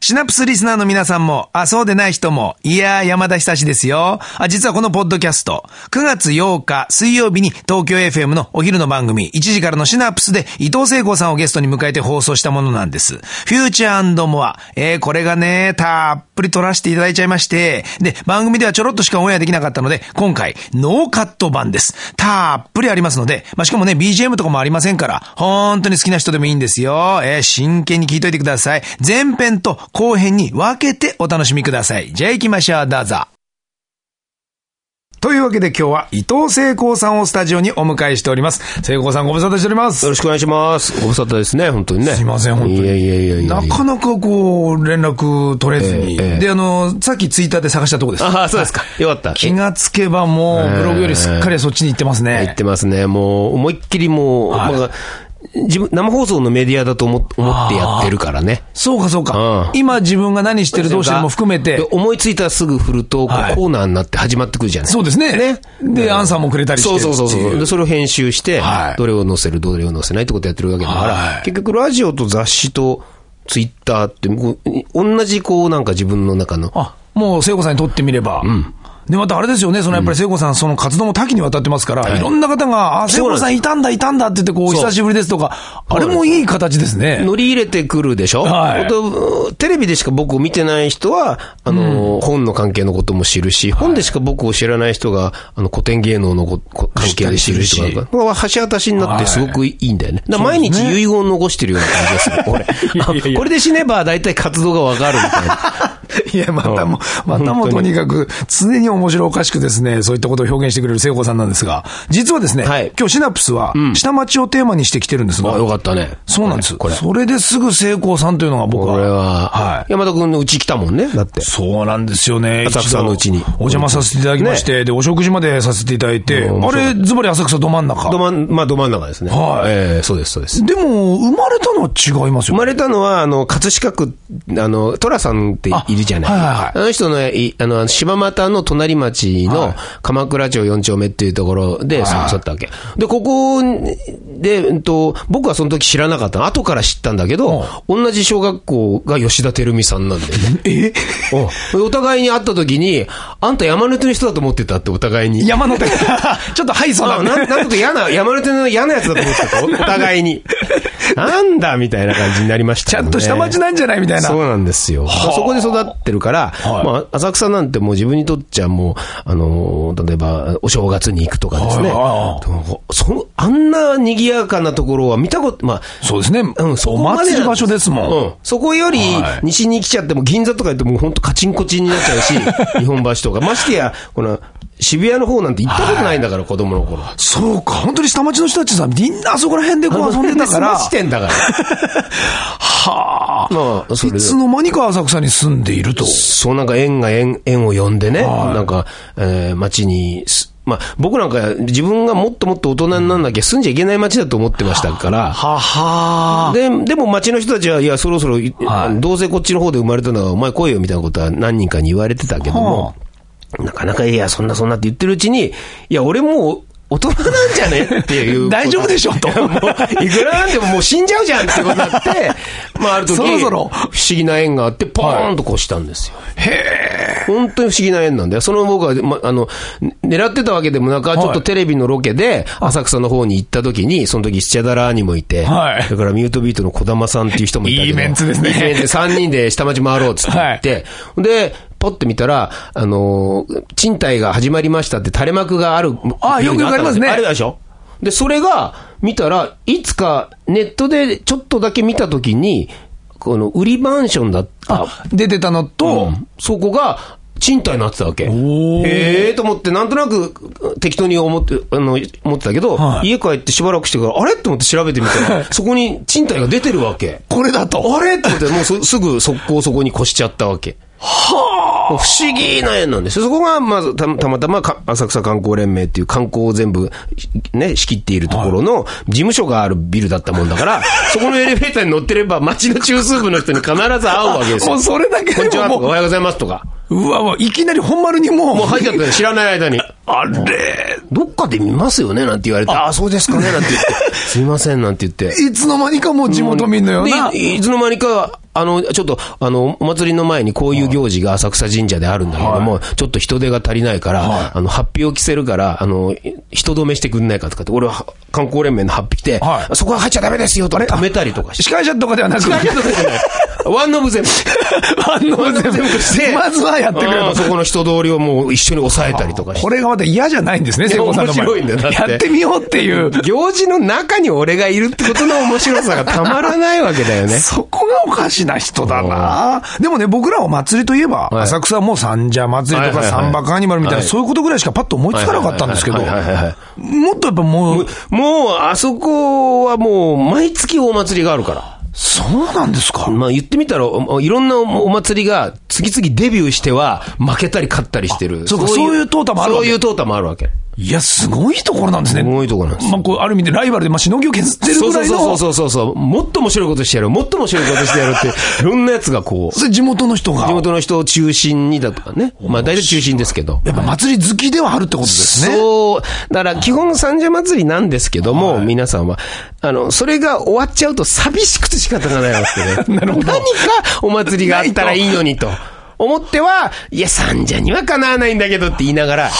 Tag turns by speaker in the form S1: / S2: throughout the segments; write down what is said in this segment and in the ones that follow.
S1: シナプスリスナーの皆さんも、あ、そうでない人も、いやー、山田久志ですよ。あ、実はこのポッドキャスト、9月8日水曜日に東京 FM のお昼の番組、1時からのシナプスで伊藤聖子さんをゲストに迎えて放送したものなんです。フューチャーモア。えー、これがね、たっぷり撮らせていただいちゃいまして、で、番組ではちょろっとしかオンエアできなかったので、今回、ノーカット版です。たっぷりありますので、まあ、しかもね、BGM とかもありませんから、本当に好きな人でもいいんですよ。えー、真剣に聞いといてください。前編と後編に分けてお楽しみください。じゃあ行きましょう、どうぞ。というわけで今日は伊藤聖光さんをスタジオにお迎えしております。聖光さんご無沙汰しております
S2: よ。ろしくお願いします。ご無沙汰ですね、本当にね。
S1: すいません本当に
S2: いやいやいやいや
S1: なかなかこう、連絡取れずに。で、あの、さっきツイッターで探したとこです。
S2: ああ、そうですか。よかった。
S1: 気がつけばもう、ブログよりすっかりそっちに行ってますね。
S2: 言ってますね。もう、思いっきりもう、
S1: はい
S2: まあ自分、生放送のメディアだと思思ってやってるからね。
S1: そうかそうか。
S2: う
S1: 今自分が何してるどうしてるも含め
S2: で
S1: て。
S2: 思いついたらすぐ振ると、こう
S1: はい
S2: コーナーになって始まってくるじゃない
S1: そうですね。で、アンサーもくれたりして
S2: そ
S1: るっ
S2: う
S1: てい。
S2: そうそうそう。で、それを編集して
S1: はい、
S2: どれを載せる、どれを載せないってことやってるわけだか
S1: は
S2: ら
S1: い、
S2: 結局ラジオと雑誌とツイッターって、こう同じこうなんか自分の中の、
S1: あ、もう聖子さんにとってみれば。で、またあれですよね、そのやっぱり聖子さん、その活動も多岐にわたってますから、
S2: い
S1: いろんな方が、あ、聖子さんいたんだ、いたんだって言って、こう、お
S2: そう
S1: 久しぶりですとか、あれもいい形ですね。
S2: 乗り入れてくるでしょ、
S1: はい
S2: とテレビでしか僕を見てない人は、あの、本の関係のことも知るし、本でしか僕を知らない人が、あの、古典芸能のここ関係で知る
S1: 知ったり
S2: 人
S1: する
S2: が、まあ橋渡しになってすごくいいんだよね。だから毎日遺言を残してるような感じがす る、俺。あこれで死ねば大体活動がわかるみたいな。
S1: いや、またも、またもとにかく、常に面白おかしくですね、そういったことを表現してくれる聖子さんなんですが、実はですね、
S2: はい
S1: 今日シナプスは、下町をテーマにしてきてるんですが、
S2: あ、よかったね。
S1: そうなんです。
S2: これ。
S1: それですぐ聖子さんというのが僕は。
S2: これは、
S1: はい。
S2: 山田君のうち来たもんね、だって。
S1: そうなんですよね。
S2: 浅草のうちに
S1: 一度お邪魔させていただきまして、で、お食事までさせていただいて、
S2: うん
S1: あれ、ズバリ浅草ど真ん中。
S2: ど真ん、まあ、ど真ん中ですね。
S1: はい
S2: ええそうです、そうです。
S1: でも、生まれたのは違います
S2: 生
S1: よね。
S2: まれたのは、あの、葛飾区、あの、寅さんっているじゃない。
S1: あ
S2: あ,、
S1: はいはい
S2: の人の、いあの、柴又の隣町の鎌倉町4丁目っていうところで
S1: はい
S2: 育ったわけ。で、ここで、うんと、僕はその時知らなかったの。後から知ったんだけど、同じ小学校が吉田照美さんなんだよね。
S1: え
S2: おお互いに会った時に、あんた山手の人だと思ってたって、お互いに。
S1: 山 の手ちょっとハイソ
S2: あ
S1: な。
S2: なんなんとか嫌 な、山手の嫌なやつだと思ってたと、お互いに。なんだみたいな感じになりました
S1: ちゃ
S2: も
S1: ん
S2: ね、
S1: と下町なんじゃないみたいな。
S2: そうなんですよ。
S1: はあ
S2: そこで育ってるから、
S1: はい
S2: まあ、浅草なんてもう自分にとっちゃもう、あのー、例えば、お正月に行くとかです
S1: は
S2: ね。
S1: いは
S2: でもそのあんな賑やかなところは見たこと、まあ、
S1: そうですね。
S2: うん、そ
S1: お
S2: こまでなん
S1: 祭り場所ですもん。
S2: うん。そこより
S1: はい、
S2: 西に来ちゃっても、銀座とか行っても、本当カチンコチンになっちゃうし、日本橋とか。ましてや、この、渋谷の方なんて行ったことないんだから、子供の 頃。
S1: そうか、本当に下町の人たちさ、みんなあそこら辺でこう遊んでた か
S2: あ
S1: ら
S2: の辺で済まし、て んだから。
S1: はあ、
S2: まあ、それ
S1: い
S2: で
S1: つの間にか浅草に住んでいると。
S2: そう、なんか縁が縁、縁を呼んでね、なんか、えー街にす、まあ、僕なんか自分がもっともっと大人になんなきゃ住んじゃいけない街だと思ってましたから、
S1: はは
S2: で、でも街の人たちは、いや、そろそろ、
S1: はい
S2: どうせこっちの方で生まれたのはお前来いよみたいなことは何人かに言われてたけど
S1: は
S2: も、なかなか、いや、そんなそんなって言ってるうちに、いや、俺もう大人なんじゃねってい う。
S1: 大丈夫でしょと
S2: いやもういくらなんでももう死んじゃうじゃんってことになって、まあ、ある時、
S1: そろそろ
S2: 不思議な縁があって、ポーンとこうしたんですよ。本当に不思議な縁なんだよ。その僕は、ま、あの、ね狙ってたわけでもなく、ちょっとテレビのロケで、浅草の方に行った時に、その時、スチャダラーにもいて、
S1: はい
S2: それからミュートビートの小玉さんっていう人もいたけど。
S1: いいメンツですね
S2: いいメンツで3人で下町回ろうっつって言って、で、ポッて見たら、あのー、賃貸が始まりましたって垂れ幕がある。
S1: あよくよくありますね
S2: あれでしょで、それが、見たら、いつかネットでちょっとだけ見た時に、この売りマンションだった
S1: 出てたのと、
S2: そこが賃貸になってたわけ。
S1: ー
S2: へえと思って、なんとなく適当に思って、あの、思ってたけど、
S1: はい
S2: 家帰ってしばらくしてから、あれと思って調べてみたら、そこに賃貸が出てるわけ。
S1: これだと。
S2: あれと思って、もうそすぐ速攻そこに越しちゃったわけ。はあ不思議な縁なんですよ。そこが、まず、たたまたまか、浅草観光連盟っていう観光を全部、ね、仕切っているところの、事務所があるビルだったもんだ から、そこのエレベーターに乗ってれば、街の中枢部の人に必ず会うわけですよ。
S1: もうそれだけ
S2: こんにち
S1: で
S2: はと
S1: も
S2: か、お
S1: も
S2: はようございますとか。
S1: う、うわ、もういきなり本丸にもう、
S2: もう入っちゃったよ知らない間に。
S1: あれ、
S2: どっかで見ますよねなんて言われて。ああ、そう ですかねなんて言って。すいませんなんて言って。
S1: いつの間にかもう地元民のような。
S2: でいいつの間にか、あの、ちょっと、あの、お祭りの前にこういう行事が浅草神社であるんだけども、ちょっと人手が足りないから、あの、ハッピーを着せるから、あの、人止めしてくんないかとかって、俺は観光連盟のハッピー着て、
S1: はい
S2: そこは入っちゃダメですよとか止めたりとかして。
S1: 司会者とかでは なく、
S2: ありがとうございますワンノ ブゼム。
S1: 万能全部 して、 まずはやってくれ
S2: あー
S1: と。
S2: そこの人通りをもう一緒に抑えたりとかして
S1: こ。れがまた嫌じゃないんですね、聖子さんの前
S2: 面白いんだよだって
S1: やってみようっていう。
S2: 行事の中に俺がいるってことの面白さがたまらないわけだよね。
S1: そこがおかしな人だなでもね、僕らは祭りといえば、
S2: い
S1: 浅草はもう三社祭りとか
S2: はいはいはい
S1: 三幕アニマルみたいな、
S2: はい
S1: そういうことぐらいしかパッと思いつかなかったんですけど、も
S2: はいはいはいはいは
S1: っとやっぱもう、
S2: もう、あそこはもう、毎月大祭りがあるから。
S1: そうなんですか。
S2: まあ言ってみたら、おいろんなおお祭りが次々デビューしては、負けたり勝ったりしてる。
S1: そうかそういう淘汰もあるわ
S2: そう
S1: け
S2: いう淘汰もあるわけ。
S1: いや、すごいところなんですね。
S2: すごいところなんですよ
S1: まあ、こう、ある意味でライバルで、まあ、しのぎを削ってる
S2: そ
S1: ぐ
S2: うそ
S1: ら
S2: う
S1: いの、
S2: そうそうそうそう。もっと面白いことしてやる。もっと面白いことしてやるって、いろんなやつがこう、
S1: それ地元の人が、
S2: 地
S1: や
S2: 元の人を中心にだとかね。まあ大体中心ですけど。
S1: っぱ祭り好きではあるってことですね。
S2: そう。だから、基本三社祭りなんですけども、皆さんは。あの、それが終わっちゃうと寂しくて仕方がないわけで、
S1: なるほど
S2: 何かお祭りがあったらいいのにと。思っては、いや、三社にはかなわないんだけどって言いながら、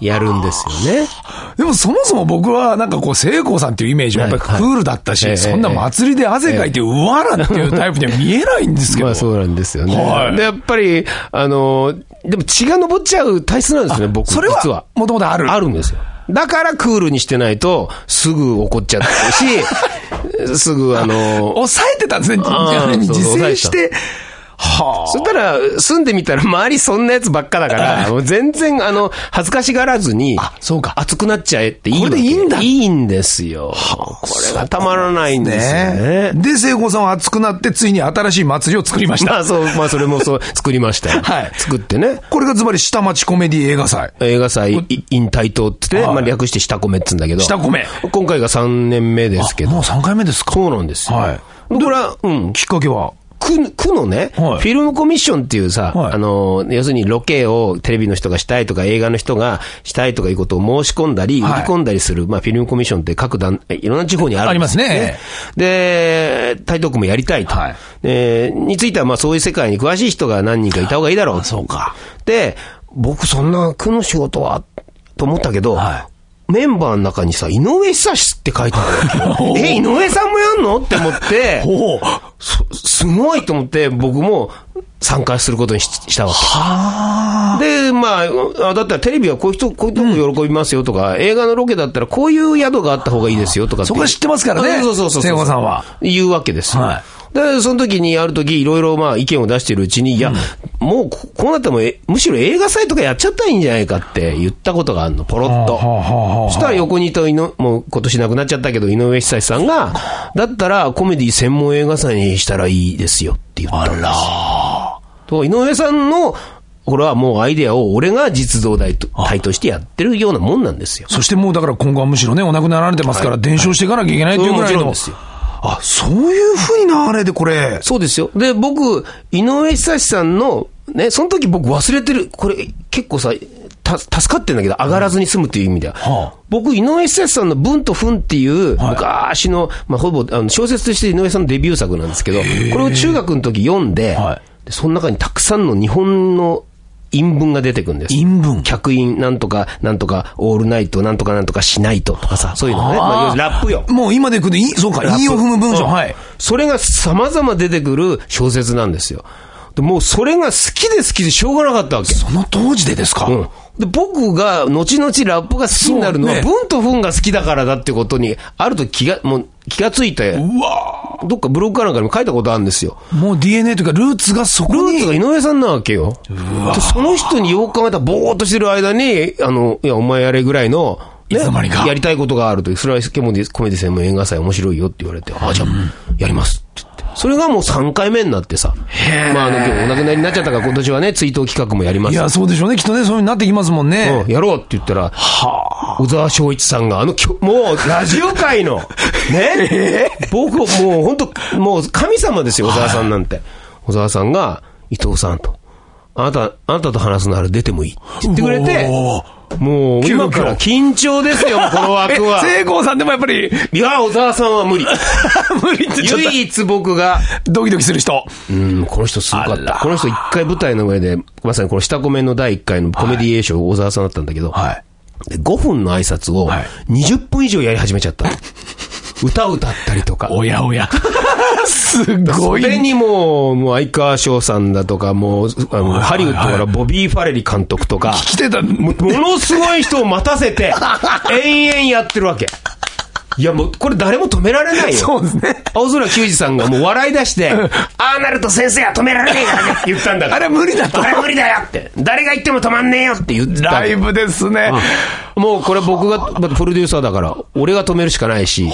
S2: やるんですよね。
S1: でもそもそも僕はなんかこう、聖光さんっていうイメージはやっぱりクールだったし、
S2: はいはい
S1: そんな祭りで汗かいてうわらっていうタイプには見えないんですけど。
S2: まあそうなんですよね。
S1: はい
S2: で、やっぱり、あの、でも血が上っちゃう体質なんですね、僕、
S1: それ
S2: 実は
S1: は、。もともとある。
S2: あるんですよ。だからクールにしてないと、すぐ怒っちゃった し、すぐあの、
S1: 抑えてたんですね。
S2: あー
S1: 自
S2: そう
S1: 制して。は
S2: そしたら、住んでみたら周りそんなやつばっかだから、もう全然、あの、恥ずかしがらずに、
S1: あ。そうか。
S2: 熱くなっちゃえっていいわけ
S1: これでいいんだ
S2: いいんですよ。これがたまらないんですよ
S1: ね
S2: ね。
S1: で、聖光さんは熱くなって、ついに新しい祭りを作りました。
S2: ま あそう、まあそれもそう、作りましたよ。
S1: はい
S2: 作ってね。
S1: これがズバリ下町コメディ映画祭。
S2: 映画祭、い引退とってね、
S1: はい
S2: まあ略して下米っつうんだけど。
S1: 下米。
S2: 今回が3年目ですけど。
S1: もう3回目ですか。
S2: そうなんですよ。
S1: はい
S2: でこれは、うん、
S1: きっかけは。
S2: 区区のね、
S1: はい
S2: フィルムコミッションっていうさ、
S1: はい
S2: あの、要するにロケをテレビの人がしたいとか映画の人がしたいとかいうことを申し込んだり、
S1: はい
S2: 売り込んだりする、まあフィルムコミッションって各団、いろんな地方にあるんですよ、
S1: ありますね
S2: で、台東区もやりたいと。
S1: はい
S2: えーについてはまあそういう世界に詳しい人が何人かいた方がいいだろう。
S1: そうか。
S2: で、僕そんな区の仕事は、と思ったけど、
S1: は。
S2: メンバーの中にさ、井上久志って書いてある え、井上さんもやんのって思って、
S1: おお。
S2: すごいと思って、僕も参加することにししたわ
S1: はあ。
S2: け。で、まあ、あだったらテレビはこういう人、こういうとこ喜びますよとか、映画のロケだったらこういう宿があった方がいいですよとかって
S1: そこは知ってますからね
S2: あそうそうそうそう。
S1: 聖子さんは。
S2: 言うわけですよ。
S1: は
S2: で、その時に、ある時、いろいろまあ意見を出してるうちに、いや、もうここうなったらもうえむしろ映画祭とかやっちゃったらいいんじゃないかって言ったことがあるの、ポロッと。
S1: はあはあはあ
S2: そしたら横にいた井の、もう今年亡くなっちゃったけど、井上久志さんが、だったらコメディ専門映画祭にしたらいいですよって言ったんです。と、井上さんの、これはもうアイデアを俺が実動体と体としてやってるようなもんなんですよ。
S1: そしてもうだから今後はむしろね、お亡くなられてますから、伝承していかなきゃいけないというぐらい
S2: それは
S1: の。
S2: もちろんですよ
S1: あ、そういうふうに流れでこれ。
S2: そうですよ。で、僕、井上久志さんの、ね、その時僕忘れてる、これ結構さ、た助かってんだけど、上がらずに済むっていう意味では。
S1: はあ
S2: 僕、井上久志さんの文と文っていう、昔の、まあ、ほぼあの小説として井上さんのデビュー作なんですけど、これを中学の時読んで、
S1: は
S2: でその中にたくさんの日本の陰文が出てくるんです。
S1: 陰文
S2: 客員なんとか、なんとか、オールナイト、なんとかなんとかしないととかさ、そういうのね。まあ要するにラップよ。
S1: もう今でいくで、いそうか、陰を踏む文章、
S2: うん
S1: はい。
S2: それが様々出てくる小説なんですよ。でもうそれが好きで好きでしょうがなかったわけ。
S1: その当時でですか、
S2: うん。で、僕が、後々ラップが好きになるのは、
S1: そうね
S2: 文と文が好きだからだってことに、あると気が、もう気がついて、
S1: うわ
S2: どっかブログかなんかにも書いたことあるんですよ。
S1: ぁもう DNA というか、ルーツがそ
S2: ル
S1: こ
S2: ー
S1: に
S2: ツ。が井上さんなわけよ。でその人によく考えたら、ぼーっとしてる間に、あの、いや、お前やれぐらいの、
S1: いつの間にか
S2: やりたいことがあるという、それはコメディコメディ専門映画祭面白いよって言われて、あ、じゃあ、やりますって言って。それがもう3回目になってさ。まあ、あの、今日お亡くなりになっちゃったから今年はね、追悼企画もやりま
S1: い
S2: す。
S1: や、そうでしょうね。きっとね、そういう風になってきますもんね
S2: う。んやろうって言ったら、小沢昭一さんが、あのきょ、もう、ラジオ界の、ね、僕、もう、本当もう、神様ですよ、小沢さんなんて。小沢さんが、伊藤さんと、あなた、あなたと話すなら出てもいいって言ってくれて
S1: おー、
S2: もう、
S1: 急遽。
S2: 今から緊張ですよ、この枠 は
S1: え、聖光さんでもやっぱり、
S2: いや、小沢さんは無理。
S1: 無理ってちょっ
S2: 唯一僕が、
S1: と、ドキドキする人。
S2: うん、この人すごか
S1: あ
S2: っ
S1: ら
S2: た。この人一回舞台の上で、まさにこの下コメの第一回のコメディエーション、小沢さんだったんだけど、
S1: はい。
S2: で5分の挨拶を
S1: はい
S2: 20分以上やり始めち ゃったの。歌歌ったりとか。
S1: おやおや。す
S2: そ
S1: ごい。
S2: れにもう、もう相川翔さんだとか、もう、あのハリウッドからボビー・ファレリ監督とか、
S1: 来てた。
S2: もものすごい人を待たせ て、延々やってるわけ。いやもう、これ誰も止められないよ。
S1: そうですね。
S2: 青空球児さんがもう笑い出して、ああなると先生は止められねえからねって言ったんだ
S1: あれは無理だと
S2: あ。れ無理だよって。誰が言っても止まんねえよって言った。
S1: ライブですね。
S2: もうこれ僕が、まあプロデューサーだから、俺が止めるしかないし、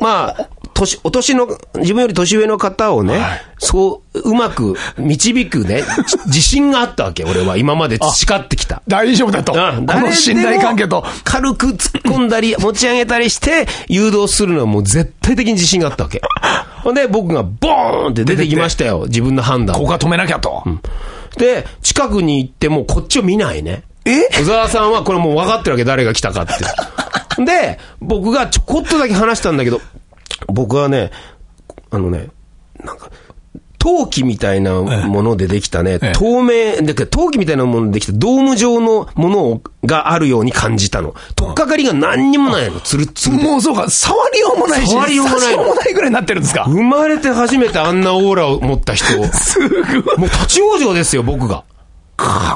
S2: まあ、年、お年の、自分より年上の方をね、そう、うまく導くね、 じ自信があったわけ、俺は。今まで培ってきた。
S1: 大丈夫だと。こ
S2: うん
S1: の信頼関係と。。
S2: 誰でも軽く突っ込んだり、持ち上げたりして、誘導するのはもう絶対的に自信があったわけ。ほんで、僕がボーンって出てきましたよ、自分の判断
S1: こ
S2: で
S1: こは止めなきゃと。
S2: で、近くに行ってもこっちを見ないね。
S1: え
S2: 小沢さんはこれもう分かってるわけ、誰が来たかって。で、僕がちょこっとだけ話したんだけど、僕はね、あのね、なんか、陶器みたいなものでできたね、
S1: ええ
S2: 透明、だけど陶器みたいなものでできたドーム状のものをがあるように感じたの。とっかかりが何にもないの、つるつるで。
S1: もうそうか、触りようもないし、
S2: 触りようもない
S1: 差しようもないぐらいになってるんですか。
S2: 生まれて初めてあんなオーラを持った人を。
S1: すごい。
S2: もう立ち往生ですよ、僕が。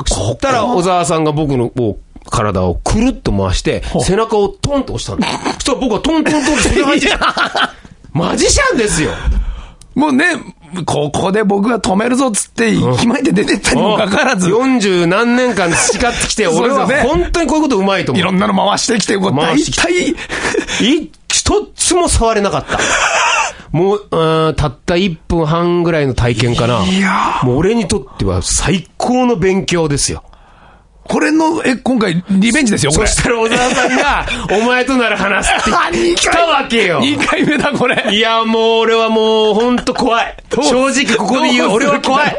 S2: そしたら、小沢さんが僕のこう体をくるっと回して、背中をトンと押した んです。そしたら僕はトントントンって袖が入ってきたマジシャンですよ
S1: もうね、ここで僕が止めるぞっつって、息巻いて出てったにもかかわらず、
S2: 40何年間培ってきて、
S1: そうで
S2: 俺
S1: すよ
S2: は
S1: ね
S2: 本当にこういうことうまいと
S1: い
S2: 思
S1: ろ。
S2: う
S1: んなの回してきて、こう大
S2: 回してきて
S1: 体、
S2: い一つも触れなかった。 もう、うんたった1分半ぐらいの体験かな。
S1: いや
S2: もう俺にとっては最高の勉強ですよ。
S1: これの、え、今回、リベンジですよ、こ
S2: そ
S1: れ。
S2: したら小沢さん が、お前となら話すって言ってきたわけよ。
S1: 2回目だ、これ。
S2: いや、もう俺はもう、ほんと怖い。
S1: う
S2: 正直ここで
S1: ど
S2: 言う、
S1: うす
S2: 俺
S1: る
S2: は怖い。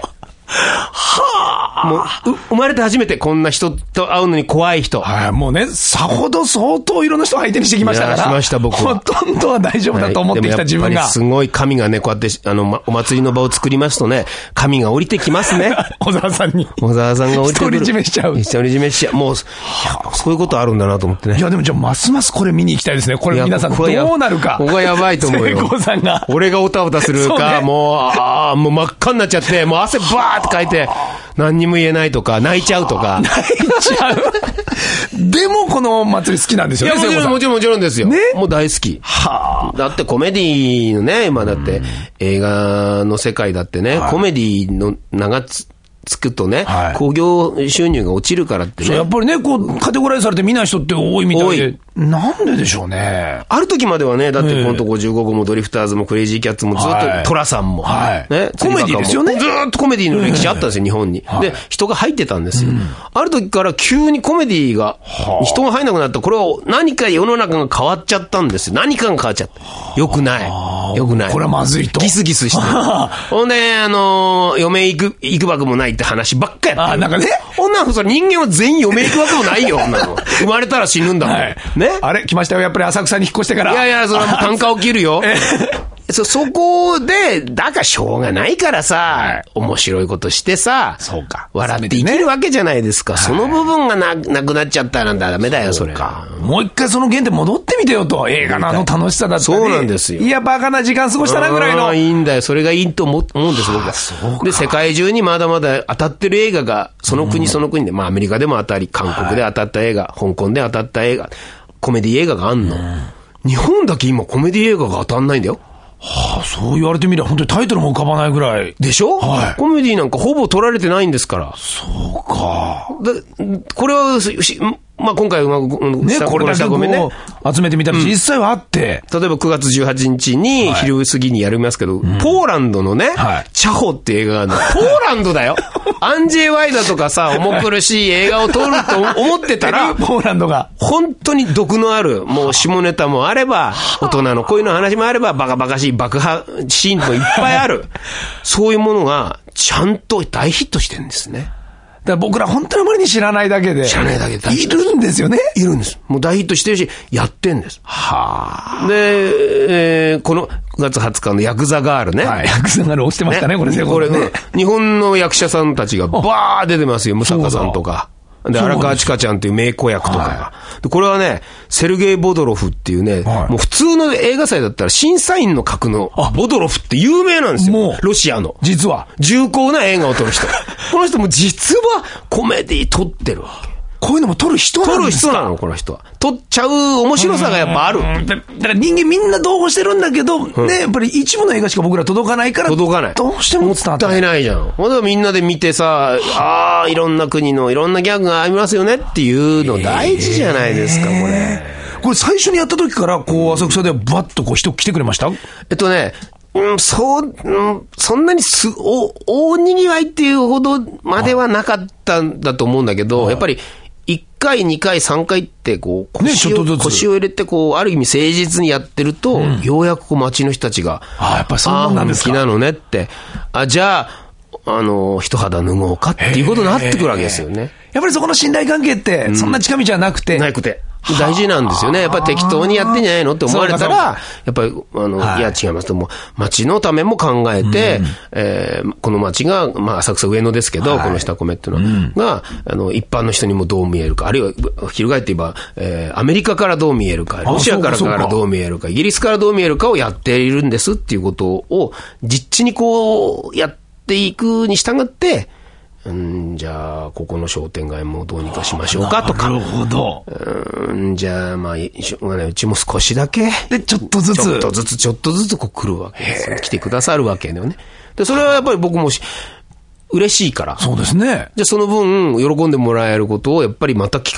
S2: はあ。もう、う生まれて初めてこんな人と会うのに怖い人。
S1: はい、もうね、さほど相当いろんな人を相手にしてきましたから。
S2: いやしました僕
S1: ほ
S2: は
S1: とんどは大丈夫だと思ってきた
S2: はいで
S1: 自
S2: も
S1: 分
S2: やっぱ
S1: が
S2: り。すごい神がね、こうやって、あの、まお祭りの場を作りますとね、神が降りてきま すね。
S1: 小沢さんに。
S2: 小沢さんが降りてくる。
S1: 独り占めしちゃう
S2: 独り占めしちゃう。もう、いやそういうことあるんだなと思ってね
S1: い。や、でもじゃあ、ますますこれ見に行きたいですね。こ
S2: い
S1: れ
S2: や
S1: 皆さん、ど
S2: ここはや
S1: うなるか。
S2: ここはやばいと思うよ
S1: 聖子さんが。
S2: 俺がおたおたする
S1: そう
S2: か、
S1: ね
S2: もう、ああ、もう真っ赤になっちゃって、もう汗バーってかいて、何にも言えないとか、泣いちゃうとか。
S1: ちゃう。 でも、この祭り好きなんです
S2: い
S1: よ
S2: や、
S1: ね、
S2: もち
S1: 聖子
S2: ろ
S1: さ
S2: ん、
S1: ん
S2: もちろん、もちろんですよ。
S1: ね
S2: もう大好き。
S1: はあ。
S2: だってコメディのね、今だって、映画の世界だってね、コメディの名がつつくとね
S1: は、い
S2: 興行収入が落ちるからって
S1: そうや
S2: ね
S1: っ。ぱりね、こう、カテゴライズされて見ない人って多いみたいで。なんででしょうね。
S2: ある時まではね、だってコント55号もドリフターズもクレイジーキャッツもずっ
S1: はい
S2: とトラさんも、
S1: はい
S2: ね、
S1: コメディですよね
S2: ずーっとコメディの歴史あったんですよ、日本に。で、人が入ってたんですよ。ある時から急にコメディが、人が入らなくなった。これは何か世の中が変わっちゃったんですよ。何かが変わっちゃった。よくない。よくない。
S1: これはまずいと
S2: ギスギスして。ほんで、あのー、嫁行く、行くばくもないって話ばっかやった。
S1: あなんかね
S2: 女の子、人間は全員嫁行くばくもないよ、女の子。生まれたら死ぬんだもん。
S1: はい。
S2: ね
S1: あれ来ましたよ。やっぱり浅草に引っ越してから。
S2: いやいや、それはもう単価を切 るよ。そ、そこで、だからしょうがないからさ、面白いことしてさ、
S1: そうか
S2: 笑って生きるわけじゃないですか。その部分がななくなっちゃったらダメだよ、それ。
S1: かもう一回その原点戻ってみてよと。映画のあの楽しさだったり。
S2: そうなんですよ
S1: いや、バカな時間過ごしたなぐらい
S2: あ
S1: の
S2: ー。いいんだよ。それがいいと思思うんです、僕は。で、世界中にまだまだ当たってる映画が、その国その国で、まあアメリカでも当たり、韓国で当たった映画、香港で当たった映画、コメディ映画があんの。日本だけ今コメディ映画が当たんないんだよ。
S1: あそう言われてみれば本当にタイトルも浮かばないぐらい。
S2: でしょ、
S1: はい
S2: コメディなんかほぼ取られてないんですから。
S1: そうか。
S2: だこれは、しまあ、今回うまく、うん
S1: ね、
S2: 下
S1: これだけ
S2: 下
S1: こ
S2: ごめんね。
S1: う、集めてみたら実際はあって。
S2: 例えば9月18日に昼過ぎにやりますけど、ポーランドのね、
S1: はい
S2: チャホっていう映画があるの。 ポーランドだよアンジェイ・ワイダとかさ、重苦しい映画を撮ると思ってたら、
S1: ポーランドが。
S2: 本当に毒のある、もう下ネタもあれば、大人の恋の話もあれば、バカバカしい爆破 シーンもいっぱいある。そういうものが、ちゃんと大ヒットしてるんですね。
S1: から僕ら本当にあまりに知らないだけで。
S2: 知らないだけで
S1: いるんですよね。
S2: いるんです。もう大ヒットしてるし、やってんです。
S1: はあ。
S2: で、えーこの9月20日のヤクザガールね。
S1: はい。ヤクザが落ちてましたね、これね。
S2: これね。、日本の役者さんたちがバー出てますよ、ムサカさんとか。で、
S1: そうだ
S2: 荒川千佳ちゃんっていう名子役とかが、で、これはね、セルゲイ・ボドロフっていうね、
S1: はい
S2: もう普通の映画祭だったら審査員の格のボドロフって有名なんですよ。
S1: もう
S2: ロシアの。
S1: 実は。
S2: 重厚な映画を撮 る人。この人も実はコメディ撮ってるわけ。
S1: こういうのも撮る人
S2: 撮
S1: なん
S2: る
S1: です
S2: 人なの、この人は。撮っちゃう面白さがやっぱある。
S1: だだから人間みんな同行してるんだけど、ね、やっぱり一部の映画しか僕ら届かないから、
S2: 届かない。
S1: どうしても伝わ
S2: もっ
S1: って
S2: た
S1: ないい。
S2: ないじゃん。ほんとみんなで見てさ、ああ、いろんな国のいろんなギャグがありますよねっていうの大事じゃないですか、これ。
S1: これ最初にやった時から、こう、浅草ではバッとこう人来てくれました
S2: えっとね、うん、そう、うん、そんなにす、お、大にぎわいっていうほどまではなかったんだと思うんだけど、やっぱり、1回、2回、3回って、こう、
S1: ね
S2: 腰
S1: ちょ
S2: を、
S1: っとずつ
S2: 腰を入れて、こう、ある意味誠実にやってると、ようやくこう、街の人たちが、
S1: ああ、やっぱりそう
S2: ああ
S1: なんです
S2: 本気
S1: か。
S2: なのねって。あ、じゃあ、あの、一肌脱ごうかっていうことになってくるわけですよね。
S1: やっぱりそこの信頼関係って、そんな近道はなくて、
S2: なくて。大事なんですよね。やっぱり適当にやってんじゃないのって思われたら、やっぱり、あの、い、や違いますと、もう、町のためも考えて、えーこの町が、まあ、浅草上野ですけど、この下米っていうのは、が、あの、一般の人にもどう見えるか、あるいは、翻って言えば、えーアメリカからどう見えるか、ロシアから
S1: そうかそうか
S2: からどう見えるか、イギリスからどう見えるかをやっているんですっていうことを、実地にこう、やっていくに従って、うん、じゃあ、ここの商店街もどうにかしましょうかとか。
S1: なるほど。
S2: うーん、じゃあ、まあ、しょうがないうちも少しだけ、
S1: で、ちょっとず
S2: ちょっ
S1: つ。
S2: とずつ、ちょっとずつ、こう来るわけですよ。来てくださるわけだよね。で、それはやっぱり僕もし、嬉しいから。
S1: そうですね。
S2: じゃあ、その分、喜んでもらえることを、やっぱりまた企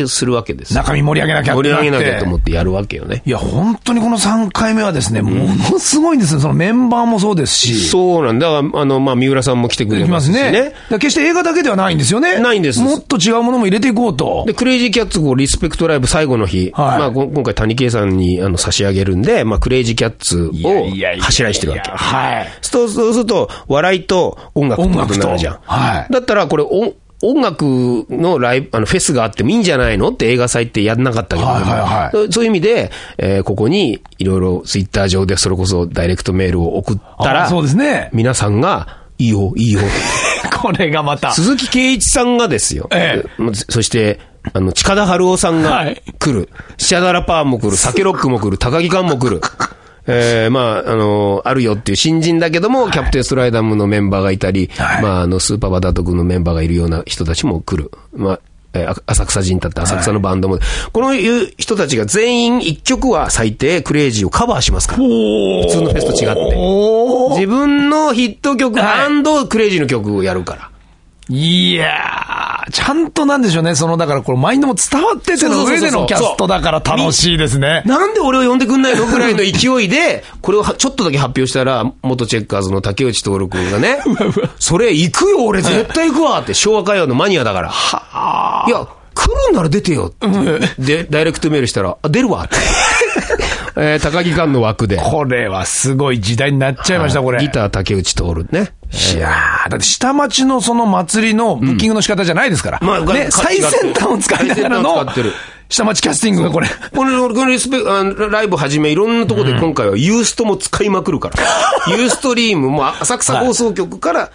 S2: 画するわけですよ。
S1: 中身盛り上げなきゃっ
S2: 盛
S1: て
S2: り
S1: なって
S2: 上げなきゃと思ってやるわけよね。
S1: いや、本当にこの3回目はですね、ものすごいんですよ。そのメンバーもそうですし。
S2: そうなんだ。だからあの、まあ、三浦さんも来てく
S1: い
S2: れ
S1: きま
S2: ますすし
S1: ね。だ
S2: ね
S1: か。ら決して映画だけではないんですよね。
S2: ないんです
S1: もっと違うものも入れていこうと。
S2: で、クレイジーキャッツ号リスペクトライブ最後の日、
S1: はい
S2: まあ、こ今回谷圭さんにあの差し上げるんで、まあ、クレイジーキャッツを柱にしてるわけ。
S1: はい。
S2: そうそうすると、笑いと音楽ってことになるじゃん
S1: 音。楽とはい
S2: だったら、これ、お音楽のライブ、あの、フェスがあってもいいんじゃないのって映画祭ってやんなかったけど、
S1: はいはいはい
S2: そうそういう意味で、えーここにいろいろツイッター上でそれこそダイレクトメールを送った
S1: あ
S2: ら、
S1: そうです ね。
S2: 皆さんが、いいよ、いいよ。
S1: これがまた。
S2: 鈴木圭一さんがですよ。
S1: え
S2: まそして、あの、近田春夫さん
S1: は
S2: が
S1: い
S2: 来る。シャダラパーも来る。酒ロックも来る。高木寛も来る。えー、まあ、あの、あるよっていう新人だけども、キャプテンストライダムのメンバーがいたり、
S1: はい
S2: まあ、あの、スーパーバタート君のメンバーがいるような人たちも来る。まあ、えーあ浅草人だって浅草のバンドも、このいう人たちが全員一曲は最低クレイジーをカバーしますから。
S1: おー
S2: 普通のフェスと違って
S1: おー
S2: 自分のヒット曲
S1: はい
S2: クレイジーの曲をやるから。
S1: いやー、ちゃんとなんでしょうね。その、だからこれマインドも伝わってての上でのキャストだから楽しいですね。
S2: なんで俺を呼んでくんないのぐらいの勢いで、これをはちょっとだけ発表したら、元チェッカーズの竹内徹君が ね、それ行くよ、俺絶対行くわって、昭和歌謡のマニア だから。いや、来るんなら出てよって。で、ダイレクトメールしたら、あ、出るわって。 えー高木寛の枠で。
S1: これはすごい時代になっちゃいま した、これ。
S2: ギター竹内徹ね。
S1: いやー、だって下町のその祭りのブッキングの仕方じゃないですから。
S2: まあ
S1: ね、
S2: か
S1: 最先端を使いながら
S2: 最先端を
S1: の
S2: 使ってる、
S1: 下町キャスティングがこれ。
S2: これ、俺このリスペあのライブはじめ、いろんなところで今回はユーストも使いまく るから。ユーストリームも浅草放送局から、こ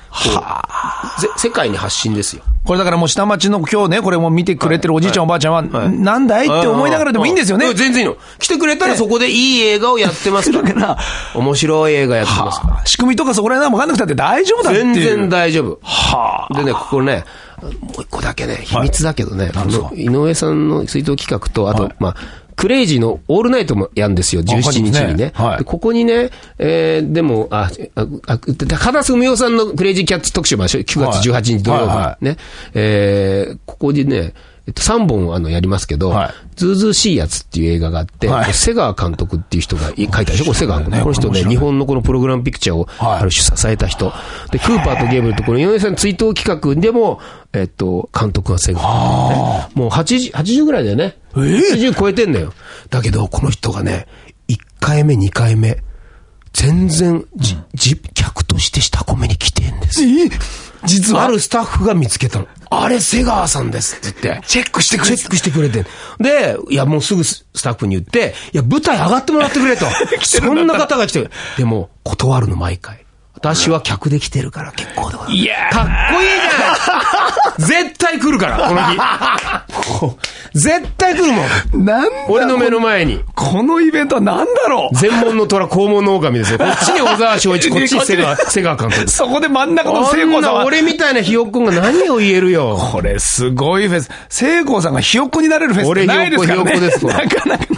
S2: うぜ世界に発信ですよ。
S1: これだからもう下町の今日ね、これも見てくれてるおじいちゃんおばあちゃんは、なんだいって思いながらでもいいんですよね。
S2: う全然いいの。来てくれたらそこでいい映画をやって ますから。
S1: だから
S2: 面白い映画やってますから。
S1: 仕組みとかそこら辺は分かんなくたって大丈夫だっていう。
S2: 全然大丈夫。
S1: は
S2: でね、ここね、もう一個だけね、秘密だけどね、あの井上さんの水道企画と、あと、まあ、クレイジーのオールナイトもやんですよ、17日
S1: あそうです
S2: に
S1: ね
S2: ね。
S1: はい
S2: でここにね、えーでも、あ、あ、あでで花澄夫さんのクレイジーキャッツ特集版、9月18日土曜日、
S1: はいは
S2: ね、えーここにね、えっと、3本あのやりますけど、
S1: はい
S2: ズーズーしいやつっていう映画があって、
S1: はい
S2: 瀬川監督っていう人がい書いたでしょこれ瀬川監督。
S1: ね
S2: この人
S1: これ面白
S2: ね、
S1: い
S2: 日本のこのプログラムピクチャーを
S1: はい
S2: ある種支えた人。で、クーパーとゲーブルと、この井上さんの追悼企画でも、えっと、監督が瀬川監督ね、もう80、80ぐらいだよね。
S1: え
S2: 80超えてんだよ。だけど、この人がね、1回目、2回目、全然、じ、じ、客として下込めに来てんですよ。
S1: い。え実は
S2: あるスタッフが見つけたの。あれ、瀬川さんですって言って。
S1: チェックしてくれて
S2: チェックしてくれてんで、いや、もうすぐスタッフに言って、いや、舞台上がってもらってくれと。そんな方 が来てる。でも、断るの、毎回。私は客で来てるから結構でございます。
S1: いやー
S2: かっこいいじゃない絶対来るから、この日。 絶対来るもん。
S1: なんだ
S2: 俺の目の前に。
S1: このイベントは何だろう
S2: 全門の虎、肛門の狼ですよ。こっちに小沢昭一、こっちに瀬 川瀬川監督。
S1: そこで真ん中の聖
S2: こ
S1: 子
S2: ん
S1: さん
S2: な
S1: は。
S2: 俺みたいなひよっこが何を言えるよ。
S1: これすごいフェス。聖子さんがひよっこになれるフェスって
S2: 俺
S1: ないですからね。
S2: ひよっこひよっこです わ
S1: なかなかない